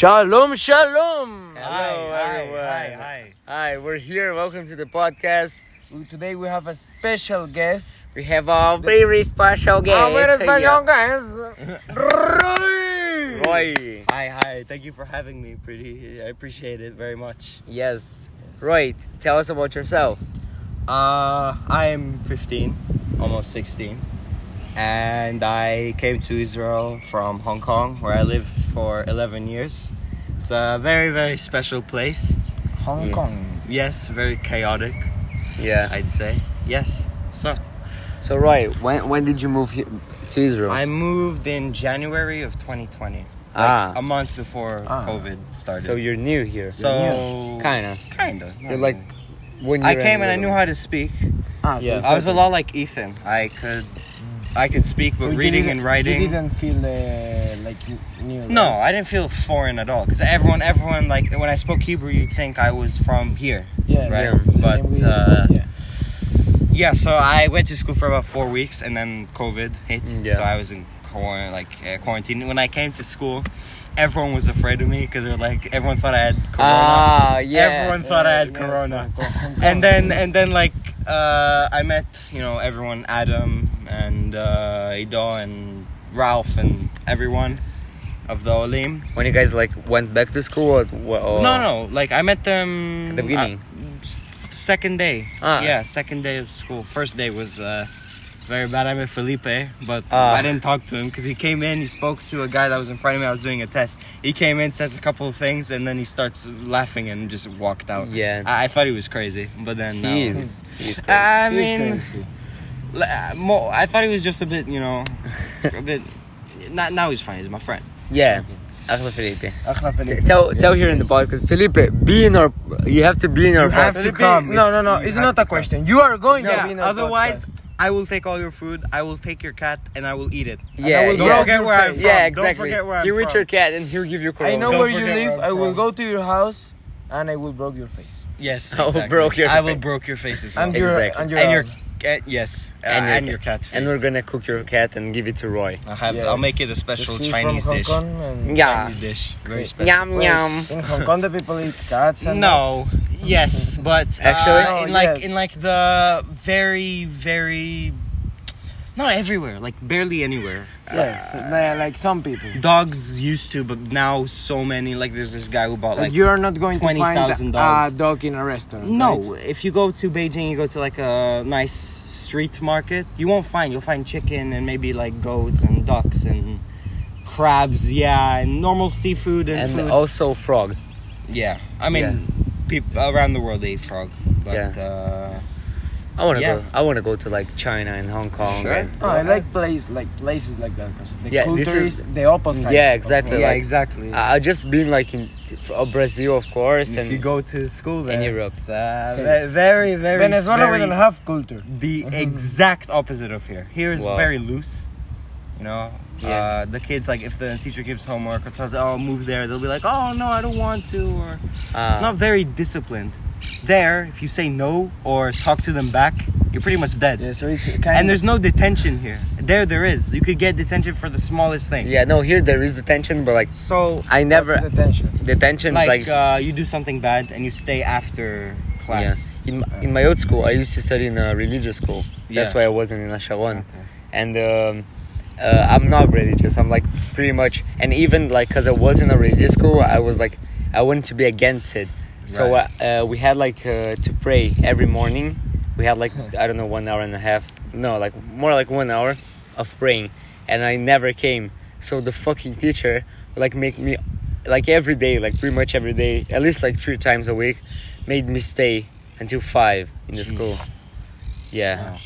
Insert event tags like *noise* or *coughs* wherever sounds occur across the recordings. Shalom, shalom. Hello, hi, everyone. hi, Hi, we're here. Welcome to the podcast. Today we have a special guest. Ah, We have a very special guest. guys. *laughs* Roy. Hi, hi. Thank you for having me, pretty. I appreciate it very much. Yes. Roy, tell us about yourself. Uh, I am 15, almost 16. And I came to Israel from Hong Kong, where I lived for 11 years. It's a very, very special place. Hong Yeah. Kong. Yes, very chaotic, Yeah. I'd say. Yes. So So, Roy, when, when did you move here to Israel? I moved in January of 2020, like Ah. a month before Ah. COVID started. so you're new here. so Kinda. kinda. You're like when you I came and I knew how to speak. Ah, Yeah. it's I was a better. lot like Ethan. I could, I could speak, So but you reading didn't- and writing. You didn't feel uh, like you knew. No, I didn't feel foreign at all. Because everyone, everyone, like when I spoke Hebrew, you'd think I was from here. Yeah. yeah. right, The but, same way- uh, yeah. Yeah. So I went to school for about four weeks, and then COVID hit. Mm, yeah. So I was in quar- like uh, quarantine. When I came to school, everyone was afraid of me because they were like everyone thought I had corona. Ah, yeah. Everyone thought I had Yeah, corona. Hong Kong, Hong Kong. *laughs* and then and then like uh, I met you know everyone Adam and uh, Ido and Ralph and everyone of the Olim. When you guys like went back to school or, or No, no, like I met them Oh. At the beginning? uh, s- second day. Ah. Yeah, second day of school. First day was. Uh, very bad. I met Felipe, but Ah. I didn't talk to him because he came in. He spoke to a guy that was in front of me. I was doing a test. He came in, says a couple of things, and then he starts laughing and just walked out. Yeah. Uh, I, I thought he was crazy, but then Uh, no. He is. He is crazy. *laughs* I He's mean, crazy. l- uh, mo I thought he was just a bit, you know, a bit. *laughs* Not, now he's fine. He's my friend. yeah. Akhla Felipe. Akhla T- Felipe. tell tell Yes, here in the yes. podcast, Felipe. Be in our. You have to be in our. You have podcast. to Felipe, come. No, no, It's- no. you It's have not to a question. You are going to Yeah. be in our otherwise, podcast. I will take all your food. I will take your cat, and I will eat it. I yeah, will Don't yeah. forget where I'm from. Yeah, Don't exactly. forget where I'm you reach from. your cat and he'll give you corona. I know Don't where you forget where live. I'm I will from. go to your house, and I will broke your face. Yes. I will broke your I will face. broke your face as well. And your Exactly. and your and your um, arm. cat, yes, uh, And and, your your, cat's face. And we're gonna cook your cat and give it to Roy. I'll have. Yes. I'll make it a The special she's Chinese from Hong dish. Kong and- Yeah. Chinese dish. Very Wait. special. Yum Wait, yum. In Hong Kong, the people eat cats and No. Yes, but uh, Actually? No, in like yes. in like the very very not everywhere, like barely anywhere. Yes, li- like some people. Dogs used to, but now so many. Like there's this guy who bought Like like. uh, you are not going to find $20,000 a dog in a restaurant. no, right? if you go to Beijing, you go to like a nice street market. You won't find. You'll find chicken and maybe like goats and ducks and crabs. Yeah, and normal seafood and, And oh, food. also frog. yeah, I mean, people around the world they eat frog, but. Yeah. Uh, I wanna Yeah. go. I wanna go to like China and Hong Kong. Sure. and- No, Oh, I like place like places like that because the Yeah, culture this is- is, the opposite. yeah, of- exactly. yeah, like exactly. I I uh, just been like in t- f- uh, Brazil, of course, if and you go to school there, Europe. it's, uh, ve- very, very, Venezuela we very don't have culture. the exact opposite of here. Here is Mm-hmm. Wow. very loose, you know. Yeah. Uh, the kids like if the teacher gives homework or tells, "Oh, move there," they'll be like, "Oh no, I don't want to," or uh, not very disciplined. There, if you say no or talk to them back, you're pretty much dead. Yeah, so it's kind And there's no detention here. There, there is. You could get detention for the smallest thing. yeah, no. Here there is the tension, but like So I never the tension. the tension is like, like uh, you do something bad and you stay after class. Yeah. In, my- in my old school, I used to study in a religious school. That's Yeah. why I wasn't in Asharon. Okay. And um, uh, I'm not religious. I'm like pretty much, and even like because I was in a religious school, I was like, I wanted to be against it. So Right. uh, uh, we had like uh, to pray every morning. We had like Hmm. I don't know one hour and a half. No, like more like one hour of praying, and I never came. So the fucking teacher like make me like every day, like pretty much every day, at least like three times a week, made me stay until five in the Jeez. school. Yeah. Wow.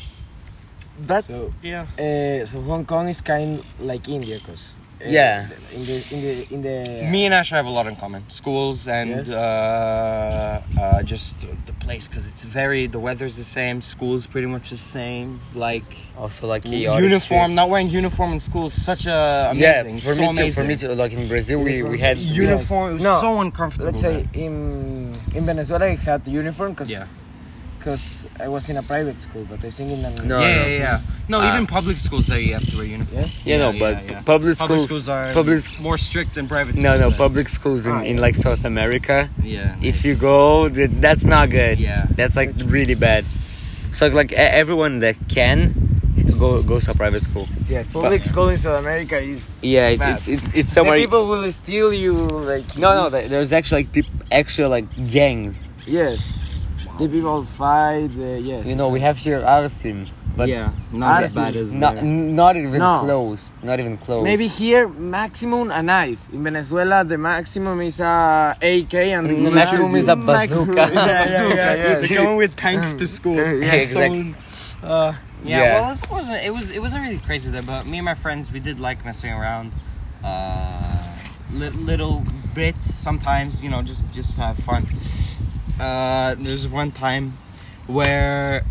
That's So- yeah. Uh, so Hong Kong is kind like India, cause uh, Yeah. in the in the in the Me and Asher have a lot in common. Schools and Yes. uh, uh, just the place because it's very the weather's the same. School's pretty much the same. Like Also like chaotic uniform, streets. not wearing uniform in school is such a amazing. Yeah, for so me amazing. too. For me too. Like in Brazil, we, we had Uniform is No, so uncomfortable. Let's say in in Venezuela, I had uniform because Yeah. because I was in a private school, but I think in an No, yeah, no. yeah, yeah. No, Uh, even public schools they have to wear uniform. Yes? Yeah, no, but p- public schools- schools are public sch- more strict than private. No, no, schools. public schools in, Ah, in yeah. like South America. Yeah. If you go, th- that's not good. Yeah. That's like really bad. So like e- everyone that can go goes to private school. Yes, public school in South America is Yeah, it's bad. it's it's, it's the somewhere. people will steal you like no, no, it's- th- there's actually like peop actual like gangs. yes, the people fight. Uh, yes, You know, we have here Arsim, but yeah, not as Honestly, bad as not there. n- not even No. close. Not even close. Maybe here maximum a knife. In Venezuela the maximum is a AK and Mm, The maximum is a *laughs* bazooka. yeah, *laughs* yeah, yeah, yeah, yeah. They're going with tanks to school. yeah, exactly. So, uh, yeah, Yeah. Well, it wasn't. It was. It wasn't really crazy there, but me and my friends we did like messing around, uh, li- little bit sometimes. You know, just just to have fun. Uh, there's one time where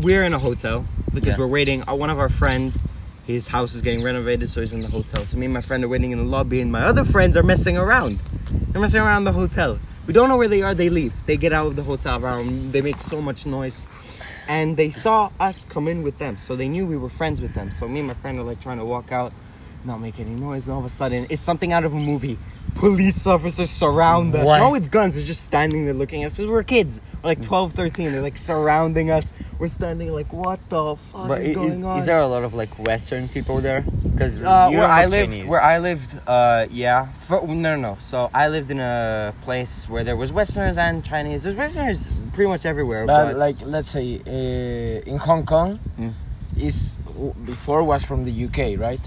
we're in a hotel because Yeah. we're waiting. Uh, one of our friend. His house is getting renovated, so he's in the hotel. So me and my friend are waiting in the lobby, and my other friends are messing around. They're messing around the hotel. We don't know where they are. They leave. They get out of the hotel room. They make so much noise, and they saw us come in with them, so they knew we were friends with them. So me and my friend are like trying to walk out, not make any noise. And all of a sudden, it's something out of a movie. Police officers surround us. What? Not with guns. They're just standing there looking at us. 'Cause We're kids. We're like 12, 13. They're like surrounding us. We're standing like, what the fuck But is i- going is, on? is there a lot of like Western people there? Because Uh, where I lived, where I lived, uh, yeah. For, no, no, no. So I lived in a place where there was Westerners and Chinese. There's Westerners pretty much everywhere. But But, like let's say uh, in Hong Kong Mm. is before was from the UK, right?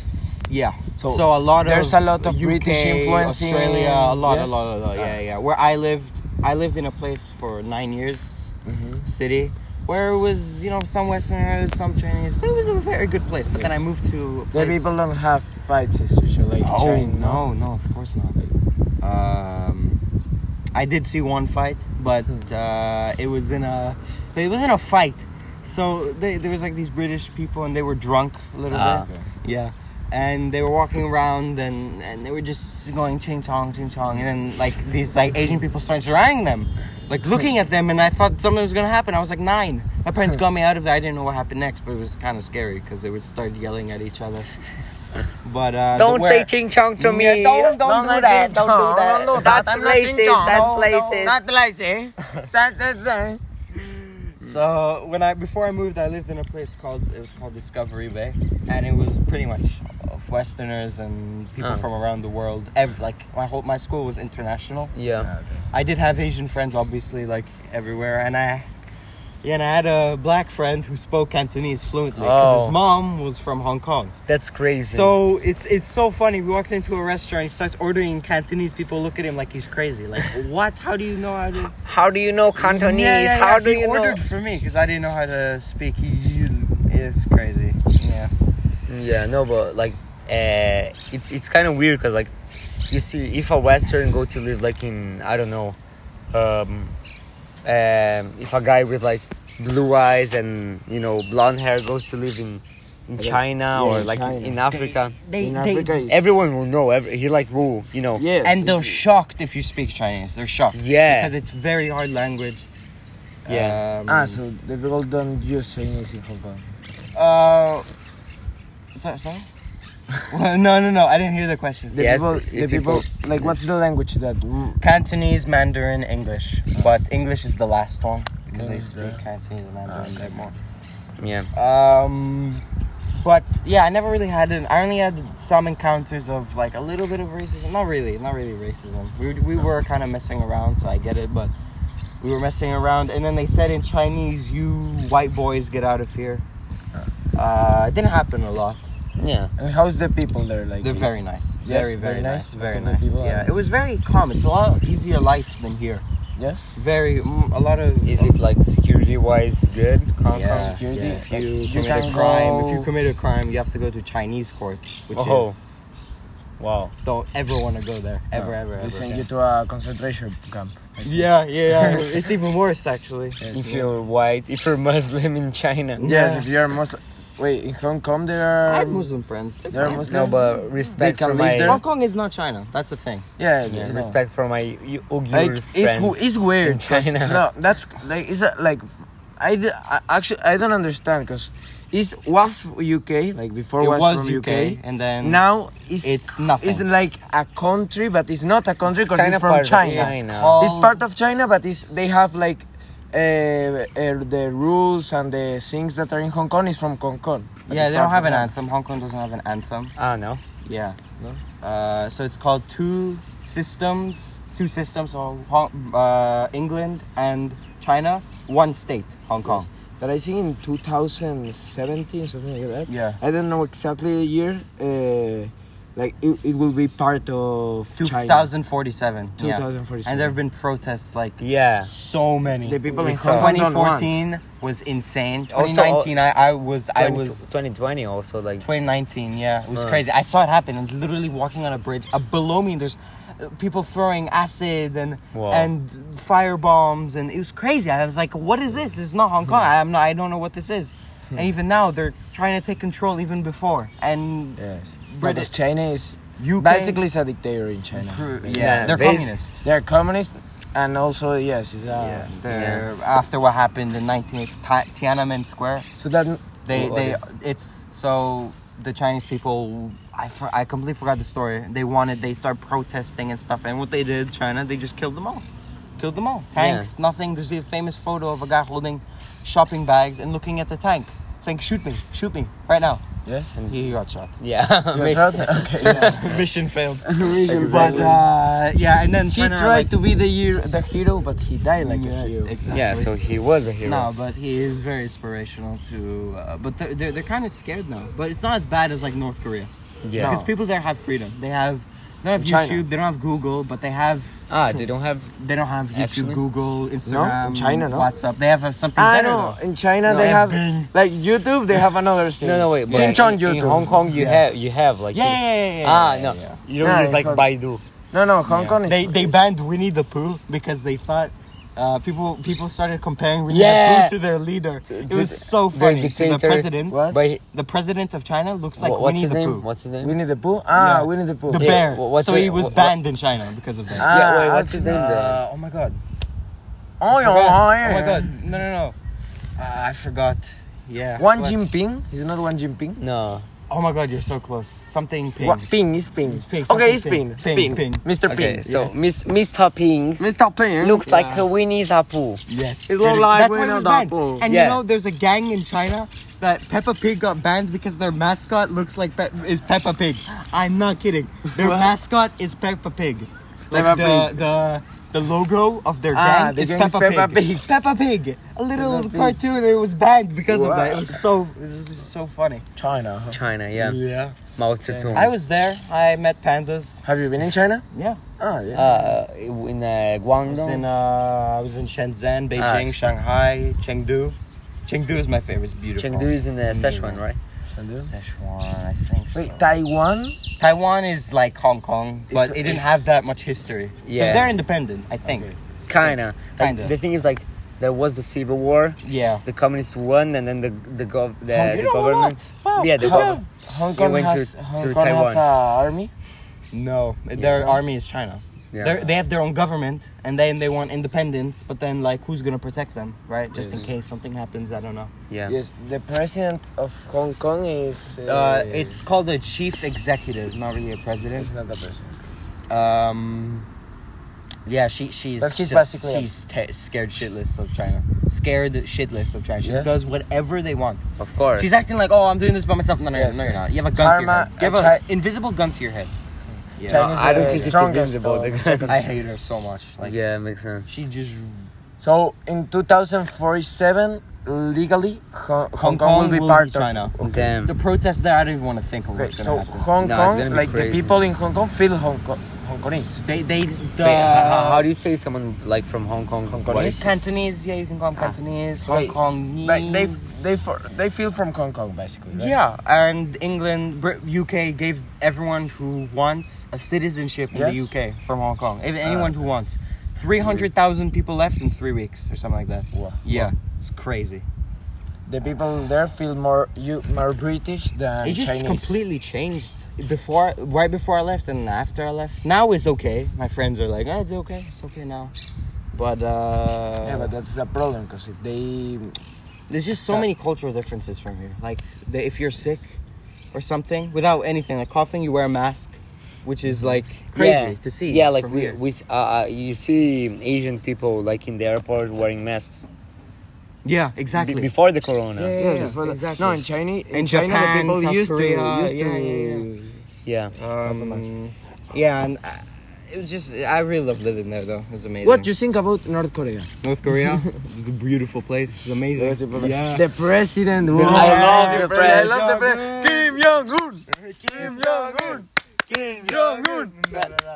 yeah. So, so a lot there's of a lot of UK, British influence in- Australia. A lot, yes? a lot, a lot. Yeah, yeah. Where I lived, I lived in a place for nine years, Mm-hmm. city, where it was you know some Westerners, some Chinese, but it was a very good place. But then I moved to a The place. people don't have fights usually like Oh China. no, no, of course not. Um, I did see one fight, but uh, it was in a it was in a fight. So they, there was like these British people, and they were drunk a little Ah. bit. Yeah. And they were walking around, and, and they were just going ching chong, ching chong, and then like these like Asian people started surrounding them, like looking at them, and I thought something was gonna happen. I was like nine. My parents got me out of there. I didn't know what happened next, but it was kind of scary because they would start yelling at each *laughs* other. But uh, Don't where- say ching chong to me. yeah, don't, don't, do like that. Jing Don't Chong, do that. don't do That's I'm not Jing racist, Chong, that's no, no, racist. That's racist. That's- that's- that's- So when I before I moved, I lived in a place called it was called Discovery Bay, and it was pretty much of Westerners and people Oh. from around the world. Ev- like my whole my school was international. Yeah. I did have Asian friends, obviously, like everywhere, and I. Yeah, and I had a black friend who spoke Cantonese fluently because Oh. his mom was from Hong Kong. That's crazy. So it's it's so funny. We walked into a restaurant, he starts ordering Cantonese. People look at him like he's crazy. Like, *laughs* what? How do you know how to? how do you know Cantonese? Yeah, yeah, How yeah, do he you ordered for me because I didn't know how to speak. He, he is crazy. Yeah. know? Yeah, no, but like, uh, it's it's kind of weird because like, you see, if a Western go to live like in I don't know, um, um, if a guy with like blue eyes and you know blonde hair goes to live in in Yeah, China or in like in- China. in Africa, They, In Africa is- everyone will know. Every, he like will you know. yes, and they're it's- shocked if you speak Chinese. They're shocked. Yeah. Because it's very hard language. Yeah. Um, ah, so the people don't use Chinese in Hong Kong. Uh, sorry. sorry? *laughs* well, no, no, no. I didn't hear the question. The Yes, people, if the people, people- like, what's the language that? mm, Cantonese, Mandarin, English, but English is the last one because they Mm, speak yeah. Cantonese and Mandarin a bit more. yeah. Um, but yeah, I never really had an. I only had some encounters of like a little bit of racism. Not really, not really racism. We were, we were kind of messing around, so I get it. But we were messing around, and then they said in Chinese, "You white boys get out of here." Uh, it didn't happen a lot. yeah. And how's the people there? Like, They're is- very nice. Yes, very, very very nice. nice. Very Some good nice. people are- Yeah, it was very calm. It's a lot easier life than here. Yes. Very, mm, a lot of. um, Is it like security wise good? Hong Yeah, Kong? Security? yeah. If you, You commit a can crime, if go- you commit a crime, you have to go to Chinese court, which Oh. is Wow. don't ever want to go there. Ever, No, ever, They ever. send you to a concentration camp. I see. Yeah, yeah, yeah. it's even worse actually. If you're white, if you're Muslim in China. Yeah. Yes, if you're Muslim. Wait, in Hong Kong there are. I have Muslim friends. That's They're fine. Muslim. No, but respect They for can live my there. Hong Kong is not China. That's the thing. Yeah, yeah, yeah. respect for my U- Uyghur Like it's friends. w- it's weird. in 'cause- China. No, that's like it's a, like I, d- I actually I don't understand because it's was UK like before It was, was from UK, and then now it's it's nothing. It's like a country, but it's not a country It's because it's, kinda from part of China. China. It's called- It's part of China, but it's they have like uh, uh, the rules and the things that are in Hong Kong is from Hong Kong. But yeah, it's they don't part have of an that. anthem. Hong Kong doesn't have an anthem. Ah, no. Yeah. Uh, so it's called Two Systems. Two systems. So Hong, uh, England and China. One state, Hong Kong. But I think in 2017 something like that. Yeah. I don't know exactly the year. Uh, like it, it will be part of China. 2047. yeah. 2047. And there have been protests like Yeah. so many. The people We in saw- Hong Kong don't want. uh, 2014 was insane. Also, 2019, I, I was, I 20 was. 2020 also like 2019, yeah, it was Right. crazy. I saw it happen. and literally walking on a bridge. Uh, below me, there's uh, people throwing acid and Wow. and fire bombs, and it was crazy. I was like, "What is this? This is not Hong Kong. I'm not. I don't know what this is." And even now, they're trying to take control. Even before and Yes. British- Because China is UK basically it's a dictator in China. Cru- yeah, Yeah, they're basi- communist. Uh, They're communist and also yes, it's uh, a, They're after what happened in 1980, Ti- Tiananmen Square. so that They, What they, is- it's so the Chinese people. I, for, I completely forgot the story. They wanted, they start protesting and stuff, and what they did, China, they just killed them all, killed them all. Tanks, nothing. There's a famous photo of a guy holding shopping bags and looking at the tank, saying, "Shoot me, shoot me, right now." Yeah. and he got *laughs* shot. *laughs* yeah. You're makes proud? sense. okay. yeah. Mission failed. Exactly. But uh, yeah, and *laughs* then He China, tried like- to be the year, the hero, but he died like a Yes, hero. exactly. Yeah, so he was a hero. No, but he is very inspirational to. Uh, but they're, they're, they're kind of scared now. But it's not as bad as like North Korea. yeah. Because people there have freedom. They have. They don't have In China. YouTube. They don't have Google, but they have. Ah, they don't have They don't have YouTube, Actually? Google, Instagram, China, no? WhatsApp. They have uh, something I better. know. though. Ah, In China, No, they have Bing. like YouTube. They have another thing. No, no, wait. but Ching Chong in, YouTube. in Hong Kong, you have you have like Yeah, yeah, yeah, yeah, yeah, ah yeah, no, yeah. you don't Yeah, use like because- Baidu. No, no, Hong Kong is. They they banned Winnie the Pooh because they thought. Uh, people people started comparing Winnie Yeah. the Pooh to their leader. It to was the- so their funny. The dictator. president, What? But he- the president of China looks like wha- what's Winnie his the name? Pooh. What's his name? Winnie the Pooh. Ah, Yeah. Winnie the Pooh. The Eh? Yeah, bear. wha- what's so it- he was wha- banned in China because of that. Ah, yeah, wait, what's I his see. name then? Uh, oh my god. Oh, yeah, Forgot. oh, Oh my yeah. god. No, no, no. Uh, I forgot. Yeah. Wang What? Jinping. He's not Wang Jinping. No, Oh my god, you're so close. Something ping. Wa- Ping is Ping. It's Ping, Okay, something it's Ping. Ping. Ping, Ping. Mr. okay. Ping. So yes. Miss Mr. Ping Mr. Ping looks like a Winnie the Pooh. Yes. It's not like That's we why it know was that banned. bull. And Yeah. you know, there's a gang in China that Peppa Pig got banned because their mascot looks like Pe- is Peppa Pig. I'm not kidding. Their mascot is Peppa Pig. Like Peppa the, Pig. the the logo of their Ah, gang the is gang is Peppa, Peppa Pig. Pig. Peppa Pig. A little Peppa Pig. cartoon. It was banned because Wow. of that. It was so it was just so funny. China. huh? China, yeah. Yeah. Mao Zedong. I was there. I met pandas. Have you been in China? Yeah. Oh, yeah. uh, in uh, I was Guangdong. in uh, I was in Ah, Shenzhen, Beijing, sh- Shanghai, Chengdu. Chengdu is my favorite. It's beautiful. Chengdu is in uh, Beautiful. Sichuan, right? Sichuan, I think. So. Wait, Taiwan? Taiwan is like Hong Kong, but It's- it didn't have that much history. Yeah. So they're independent, I think. Kinda. Like, Kinda. The thing is, like, there was the civil war. Yeah. The communists won, and then the the, gov- the, Oh, you Uh, the know what? government. Wow, Yeah, the good government. Hong It Kong went to- has, Hong to Kong Taiwan. has a Uh, army. uh, No, their army is China. Yeah. They're, they have their own government, and then they want independence. But then, like, who's gonna protect them, right? Just in Yes. case something happens, I don't know. Yeah. Yes, the president of Hong Kong is. Uh, it's called a chief executive, not really a president. It's not the president. Um, yeah, she she's But she's just- basically a- she's te- scared shitless of China. Scared shitless of China. She Yes. does whatever they want. Of course. She's acting like, oh, I'm doing this by myself. No, no, Yes, no, yes. you're not. You have a gun Karma- to your head. You have uh, an Chi- invisible gun to your head. Yeah, No, China's I don't the think it's strongest, invincible. though. uh, I hate her so much. Like, *laughs* yeah, makes sense. she just So in 2047, legally, Hong, Hong Kong, will be part China. of Damn. The protests there, I don't even want to think of Okay, what's so gonna happen. Hong No, it's Kong, gonna be like the crazy. people in Hong Kong, feel Hong Kong, Hong Kongese. They they the Wait, h- how, how do you say someone like from Hong Kong? Hong It's Cantonese, yeah, you can call them Cantonese, Hong Ah. Wait, Kongese. Like they, they, for, they feel from Hong Kong basically. Right? Yeah, and England, Brit- UK gave everyone who wants a citizenship in Yes. the UK from Hong Kong. Ah, If anyone who wants, three hundred thousand people left in three weeks or something like that. Wow. Yeah, it's crazy. The people there feel more you more British than it just Chinese. completely changed before, right before I left and after I left. Now it's okay. My friends are like, oh, it's okay, it's okay now. But uh, yeah, but that's the problem because if they there's just so that- many cultural differences from here. Like the, if you're sick or something, without anything like coughing, you wear a mask, which is like crazy Yeah. to see. Yeah, like from we, here. we s- uh, uh, you see Asian people like in the airport wearing masks yeah Be- exactly. before the corona. Yeah, Yeah, yeah, just like that. exactly. No, in China, in, In China, Japan, the people South used Korea, to, used yeah, to. yeah, yeah. Yeah. Um, yeah, and uh, it was just I really loved living there though. It was amazing. What you think about North Korea? *laughs* North Korea? it's a beautiful place. It's amazing. Yeah. The president. I love the I president. love the president. Kim Jong Un. Kim Jong Un. Kim Jong Un.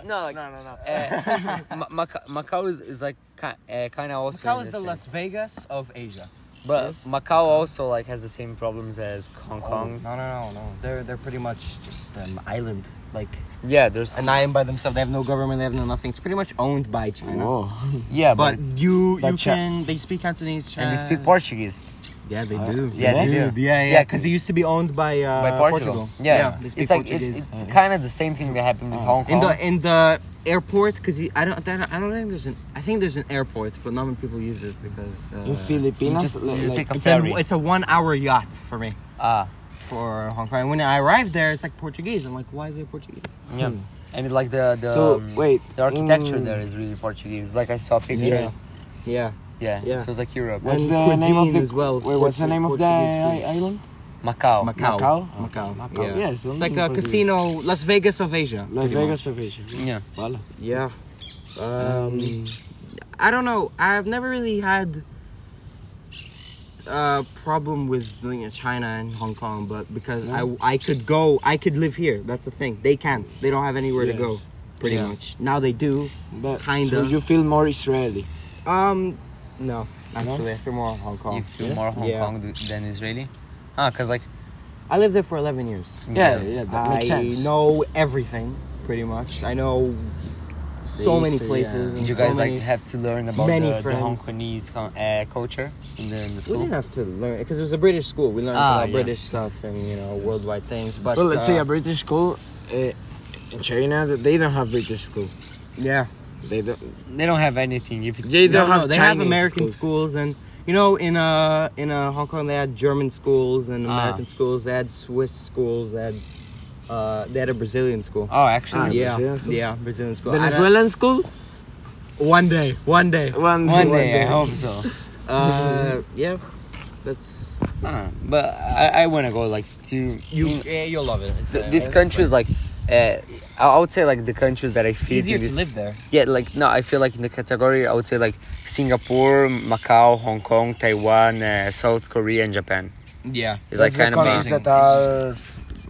No, like, No, no, no. uh, Ma- Maca- Macau is, is like ki- uh, kind of also. in this sense. Vegas of Asia. But Macau also like has the same problems as Oh. Hong Kong. no, no, no, no. They're they're pretty much just an island, like Yeah, there's an island by themselves. They have no government. They have no nothing. It's pretty much owned by China. yeah, but, But uh, you But you Chi- can they speak Cantonese. and they Chi- speak Portuguese. Uh, Yeah, they do. yeah, they do. Yeah, Yeah, yeah. Because it used to be owned by uh, by Portugal. Yeah, they speak it's like Portuguese. Uh, it's it's kind of the same thing that happened in Hong Kong. in the in the airport because I don't there- I don't think there's an I think there's an airport, but not many people use it because uh, In you Philippines, just, you like- just take a it's, an, ferry. it's a one hour yacht for me ah, for Hong Kong. And when I arrived there, it's like Portuguese. I'm like, why is it Portuguese? yeah, Hmm. and it, like the the so um, wait, the architecture in- there is really Portuguese. Like I saw pictures. Yeah, Yeah, Yeah. it feels like Europe. What's the And name of cuisine the as well, Wait, what's the Portu- name of the Portuguese i- food. island? Macau. Oh, Macau. Macau? Macau. Macau. Yeah. Yes, it's only like in a Portuguese. casino, Las Vegas of Asia. Las pretty Vegas much. of Asia. Yeah. Vale. Yeah. Um, I don't know. I've never really had a problem with doing it China and Hong Kong, but because I I could go, I could live here. That's the thing. They can't. They don't have anywhere to go. Yes. Pretty Yeah. much. Now they do. But so Kinda. you feel more Israeli. Um, no. Actually, I feel more Hong Kong. You feel yes? more Hong Yeah. Kong th- than Israeli. Ah, cause like I lived there for 11 years. Yeah, yeah, that I makes sense. know everything, pretty much. I know so They many used to, places. yeah. and Did you guys so like many- have to learn about the, many the Hong friends. Kongese con- uh, culture in the, in the We school? didn't have to learn because it was a British school. We learned Ah, about yeah. British stuff and you know worldwide things. But well, let's say a uh, British school uh, in China, th- they don't have British school. yeah, They don't. They don't have anything. If it's They No, don't no, have they have Chinese American schools. schools. and you know in uh in uh, Hong Kong they had German schools and Ah. American schools. They had Swiss schools. They had uh they had a Brazilian school. oh, actually, yeah, Brazilian school? yeah, Brazilian school. I don't- Venezuelan school? One day, Ah, one day. One, one day I hope so. Uh, yeah, that's Ah, but I, I want to go like to you. Yeah, you'll love it. It's, Mm. Th- uh, this it's country is like. Uh, I I would say like the countries that I feel easier in to this, live there. yeah, like no, I feel like in the category I would say like Singapore, Macau, Hong Kong, Taiwan, uh, South Korea, and Japan. Yeah, It's like kind of countries amazing. that are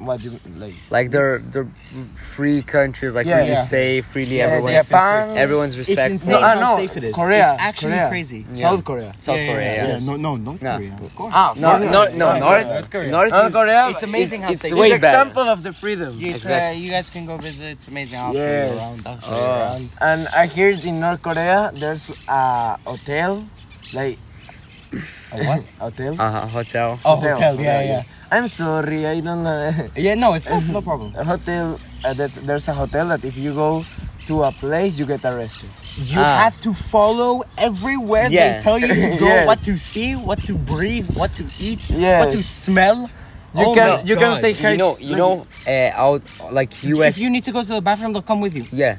what you like. like they're they're free countries, like Yeah, really yeah. safe, really Yeah, everyone's Japan- everyone's respectful. insane. ah, how safe it is. Korea. It's actually Korea. crazy. South Korea. South Korea. Yeah, yeah. no, no, North No. Korea, of course. Ah, No, no, no, North, North Korea. North, North is- Korea. It's amazing how it's safe way it It's is. better. example of the freedom. You, uh, Exactly. you guys can go visit. It's amazing. I'll Yes. show you around. I'll Oh. show Uh, you around. And I hear in North Korea there's a hotel, like A what? *laughs* hotel. Uh-huh, hotel. Oh, hotel. Yeah, yeah. I'm sorry, I don't *laughs* know. Yeah, no, it's no, no problem. a hotel. Uh, that's, there's a hotel that if you go to a place, you get arrested. You Ah. have to follow everywhere Yeah. they tell you to go, Yes. what to see, what to breathe, what to eat, what Yes. to smell. You Oh can my you can God. say You know, you know, uh, out like U.S. If you need to go to the bathroom, they'll come with you. yeah,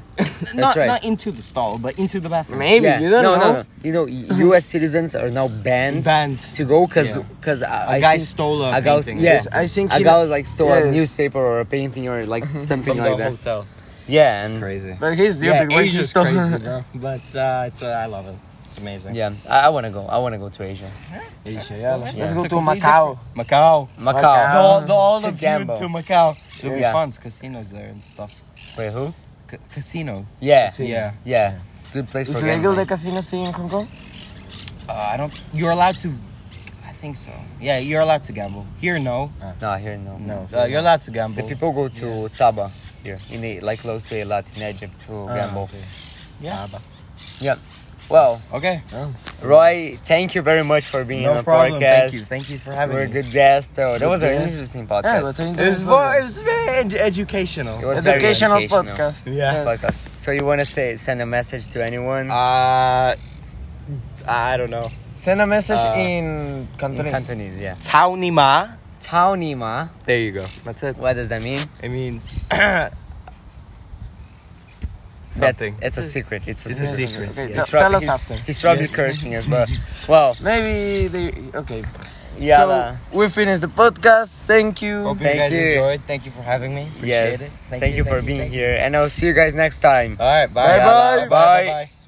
that's not, right. not into the stall, but into the bathroom. maybe yeah. you don't no, know. no, no. You know, U.S. citizens are now banned Banned. to go because Yeah. because A guy stole a a guy, painting. yeah, Yes, I think a he- guy like stole a yes. newspaper or a painting or like something Mm-hmm. From like the that. hotel. Yeah, and Crazy. But he's Yeah, stupid. when he Asia's stole- *laughs* crazy, bro. But uh, it's, uh, I love it. It's amazing. yeah, I, I want to go. I want to go to Asia, Asia, yeah. Let's Yeah. go It's to a completely Macau. Macau. Macau. Macau. The, all- the, all To of gamble. you to Macau. There'll Yeah. be fun. Casinos there and stuff. Wait, who? C- casino. Yeah, Casino. Yeah. yeah. It's a good place Is for legal the gambling. casino see in Hong Kong? Uh, I don't. You're allowed to. I think so. Yeah, you're allowed to gamble. Here, no. No, here no. Uh, you're allowed to gamble. The people go to Taba here, in the, like close to Eilat in Egypt to Ah, gamble. Yeah. Yeah. Well, Okay. Oh. Roy, thank you very much for being on No the problem. podcast. Thank you. Thank you for having We're a me. good guest. though. that was an guest. interesting Yeah, podcast. but I think It was, that's more, it good. was very ed- educational. it was very educational educational podcast. Yeah. Yes. podcast. So you want to say send a message to anyone? Uh, I don't know. Send a message Uh, in In Cantonese. Cantonese, yeah. Taunima. Taonima. There you go. That's it. What does that mean? It *coughs* means That's- something. It's a secret. It's a It's a secret. secret. Okay, tell- yeah. It's tell probably, us he's, after. he's probably Yes. cursing as *laughs* well. Well, Maybe they. Okay. yeah. So we finished the podcast. Thank you. Hope you Thank guys you. enjoyed. Thank you for having me. Appreciate yes. it. Thank, you for being here, and I'll see you guys next time. All right. Bye. Bye-bye. Bye. Bye. Bye. Bye.